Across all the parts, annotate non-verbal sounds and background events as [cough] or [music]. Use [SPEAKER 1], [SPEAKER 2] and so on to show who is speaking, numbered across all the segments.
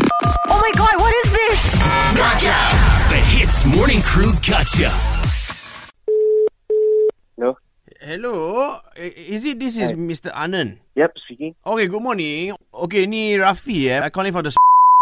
[SPEAKER 1] Oh my god, what is this?
[SPEAKER 2] The Hits Morning Crew Gotcha.
[SPEAKER 3] Hello.
[SPEAKER 4] Hello, I- is it this is Mr. Anand?
[SPEAKER 3] Yep, speaking.
[SPEAKER 4] Okay, good morning. Okay, ni Rafi eh. I calling for the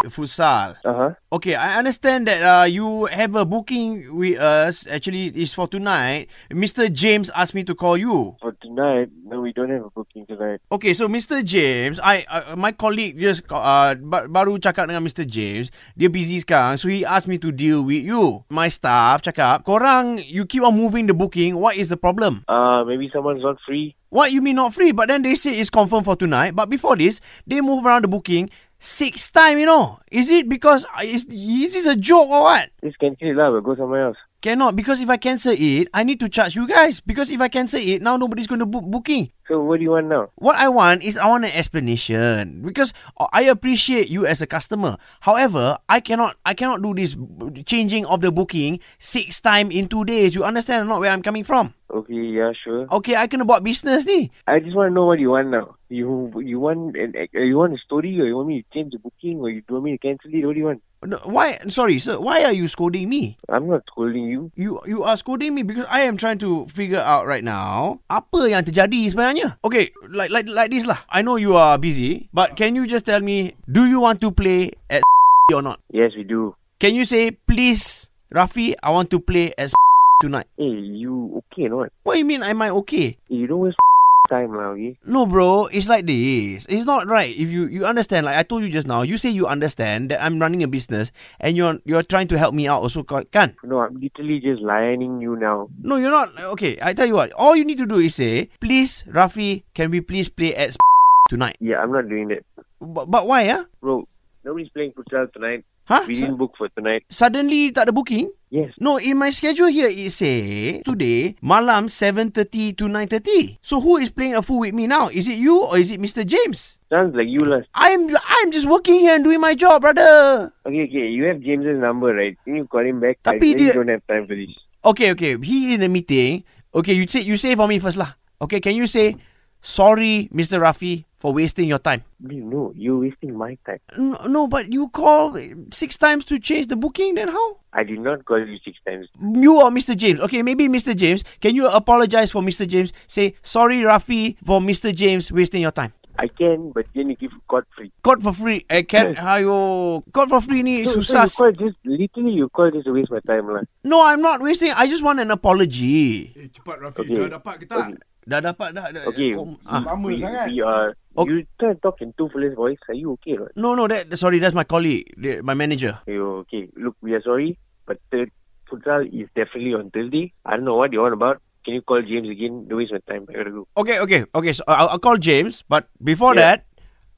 [SPEAKER 4] futsal.
[SPEAKER 3] Uh huh.
[SPEAKER 4] Okay, I understand that uh, you have a booking with us. Actually, it's for tonight. Mr. James asked me to call you.
[SPEAKER 3] For tonight, no, we don't have a booking tonight.
[SPEAKER 4] Okay, so Mr. James, I uh, my colleague just uh, ba- baru cakap dengan Mr. James, dia busy sekarang, so he asked me to deal with you. My staff cakap, korang you keep on moving the booking. What is the problem?
[SPEAKER 3] Uh, maybe someone's not free.
[SPEAKER 4] What you mean not free? But then they say it's confirmed for tonight. But before this, they move around the booking six time. You know, is it because I- is, is this a joke or what?
[SPEAKER 3] Just cancel it lah. We'll go somewhere else.
[SPEAKER 4] Cannot because if I cancel it, I need to charge you guys. Because if I cancel it, now nobody's going to book booking.
[SPEAKER 3] So what do you want now?
[SPEAKER 4] What I want is I want an explanation because uh, I appreciate you as a customer. However, I cannot I cannot do this b- changing of the booking six time in two days. You understand or not where I'm coming from?
[SPEAKER 3] Okay, yeah, sure.
[SPEAKER 4] Okay, I can about business ni.
[SPEAKER 3] I just want to know what you want now. You you want an uh, you want a story or you want me to change the booking or you want me to cancel it? What do you want?
[SPEAKER 4] No, Why? Sorry, sir. Why are you scolding me?
[SPEAKER 3] I'm not scolding you.
[SPEAKER 4] You you are scolding me because I am trying to figure out right now apa yang terjadi sebenarnya. Okay, like like like this lah. I know you are busy, but can you just tell me do you want to play at [laughs] or not?
[SPEAKER 3] Yes, we do.
[SPEAKER 4] Can you say please, Rafi? I want to play at [laughs] tonight.
[SPEAKER 3] Hey, you okay or not?
[SPEAKER 4] What do you mean? Am I okay?
[SPEAKER 3] Hey, you don't waste [laughs] time eh? lah, okay?
[SPEAKER 4] No, bro. It's like this. It's not right. If you you understand, like I told you just now, you say you understand that I'm running a business and you're you're trying to help me out also, kan?
[SPEAKER 3] No, I'm literally just lying you now.
[SPEAKER 4] No, you're not. Okay, I tell you what. All you need to do is say, please, Rafi, can we please play at tonight?
[SPEAKER 3] Yeah, I'm not doing that,
[SPEAKER 4] But, but why, ah?
[SPEAKER 3] bro. Nobody's playing futsal tonight.
[SPEAKER 4] Huh?
[SPEAKER 3] We
[SPEAKER 4] Su-
[SPEAKER 3] didn't book for tonight.
[SPEAKER 4] suddenly tak ada booking?
[SPEAKER 3] Yes.
[SPEAKER 4] No, in my schedule here it say today malam 7:30 to 9:30. So who is playing a fool with me now? Is it you or is it Mr. James?
[SPEAKER 3] Sounds like you last.
[SPEAKER 4] I'm I'm just working here and doing my job, brother.
[SPEAKER 3] Okay, okay. You have James's number, right? Can you call him back? I
[SPEAKER 4] Tapi
[SPEAKER 3] really
[SPEAKER 4] dia-
[SPEAKER 3] don't have time for this.
[SPEAKER 4] Okay, okay. He in a meeting. Okay, you say you say for me first lah. Okay, can you say sorry, Mr. Rafi, for wasting your time?
[SPEAKER 3] Dude, no, you're wasting my time.
[SPEAKER 4] No, no, but you call six times to change the booking. Then how?
[SPEAKER 3] I did not call you six times.
[SPEAKER 4] You or Mr. James? Okay, maybe Mr. James. Can you apologize for Mr. James? Say sorry, Rafi, for Mr. James wasting your time.
[SPEAKER 3] I can, but then you give God free.
[SPEAKER 4] God for free. I can. Ayo, God for free ni
[SPEAKER 3] So, so
[SPEAKER 4] susah.
[SPEAKER 3] you call just literally you call just to waste my time, lah.
[SPEAKER 4] No, I'm not wasting. I just want an apology.
[SPEAKER 5] Eh, cepat Rafi. Okay.
[SPEAKER 3] Okay.
[SPEAKER 5] Dah dapat ke tak?
[SPEAKER 3] Okay.
[SPEAKER 4] Dah dapat dah. dah-
[SPEAKER 3] Okay.
[SPEAKER 4] Oh, ah.
[SPEAKER 5] Lama
[SPEAKER 3] We,
[SPEAKER 5] sangat.
[SPEAKER 3] we are.
[SPEAKER 4] Okay.
[SPEAKER 3] You try and talk in two fellas voice. Are you okay, or not?
[SPEAKER 4] No, no. That sorry, that's my colleague, the- my manager.
[SPEAKER 3] You okay? Look, we are sorry, but third futsal is definitely on Thursday. I don't know what you're on about. Can you call James again? Don't waste my time. I gotta go.
[SPEAKER 4] Okay, okay, okay. So I'll, I'll call James. But before
[SPEAKER 3] Yeah.
[SPEAKER 4] that,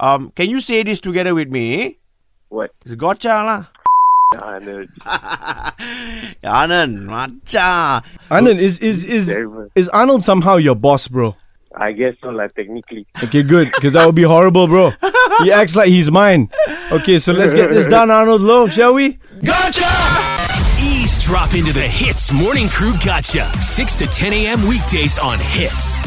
[SPEAKER 4] um, can you say this together with me?
[SPEAKER 3] What?
[SPEAKER 4] It's gotcha lah.
[SPEAKER 3] Ah,
[SPEAKER 4] [laughs]
[SPEAKER 3] no, it's
[SPEAKER 4] Anand, matcha.
[SPEAKER 6] Anand is is is
[SPEAKER 3] terrible.
[SPEAKER 6] is Arnold somehow your boss, bro?
[SPEAKER 3] I guess so, lah. Technically.
[SPEAKER 6] Okay, good, because that would be horrible, bro. He acts like he's mine. Okay, so let's get this done, Arnold Low, shall we?
[SPEAKER 2] Ease drop into the Hits Morning Crew Gotcha. 6 to 10 a.m. weekdays on Hits.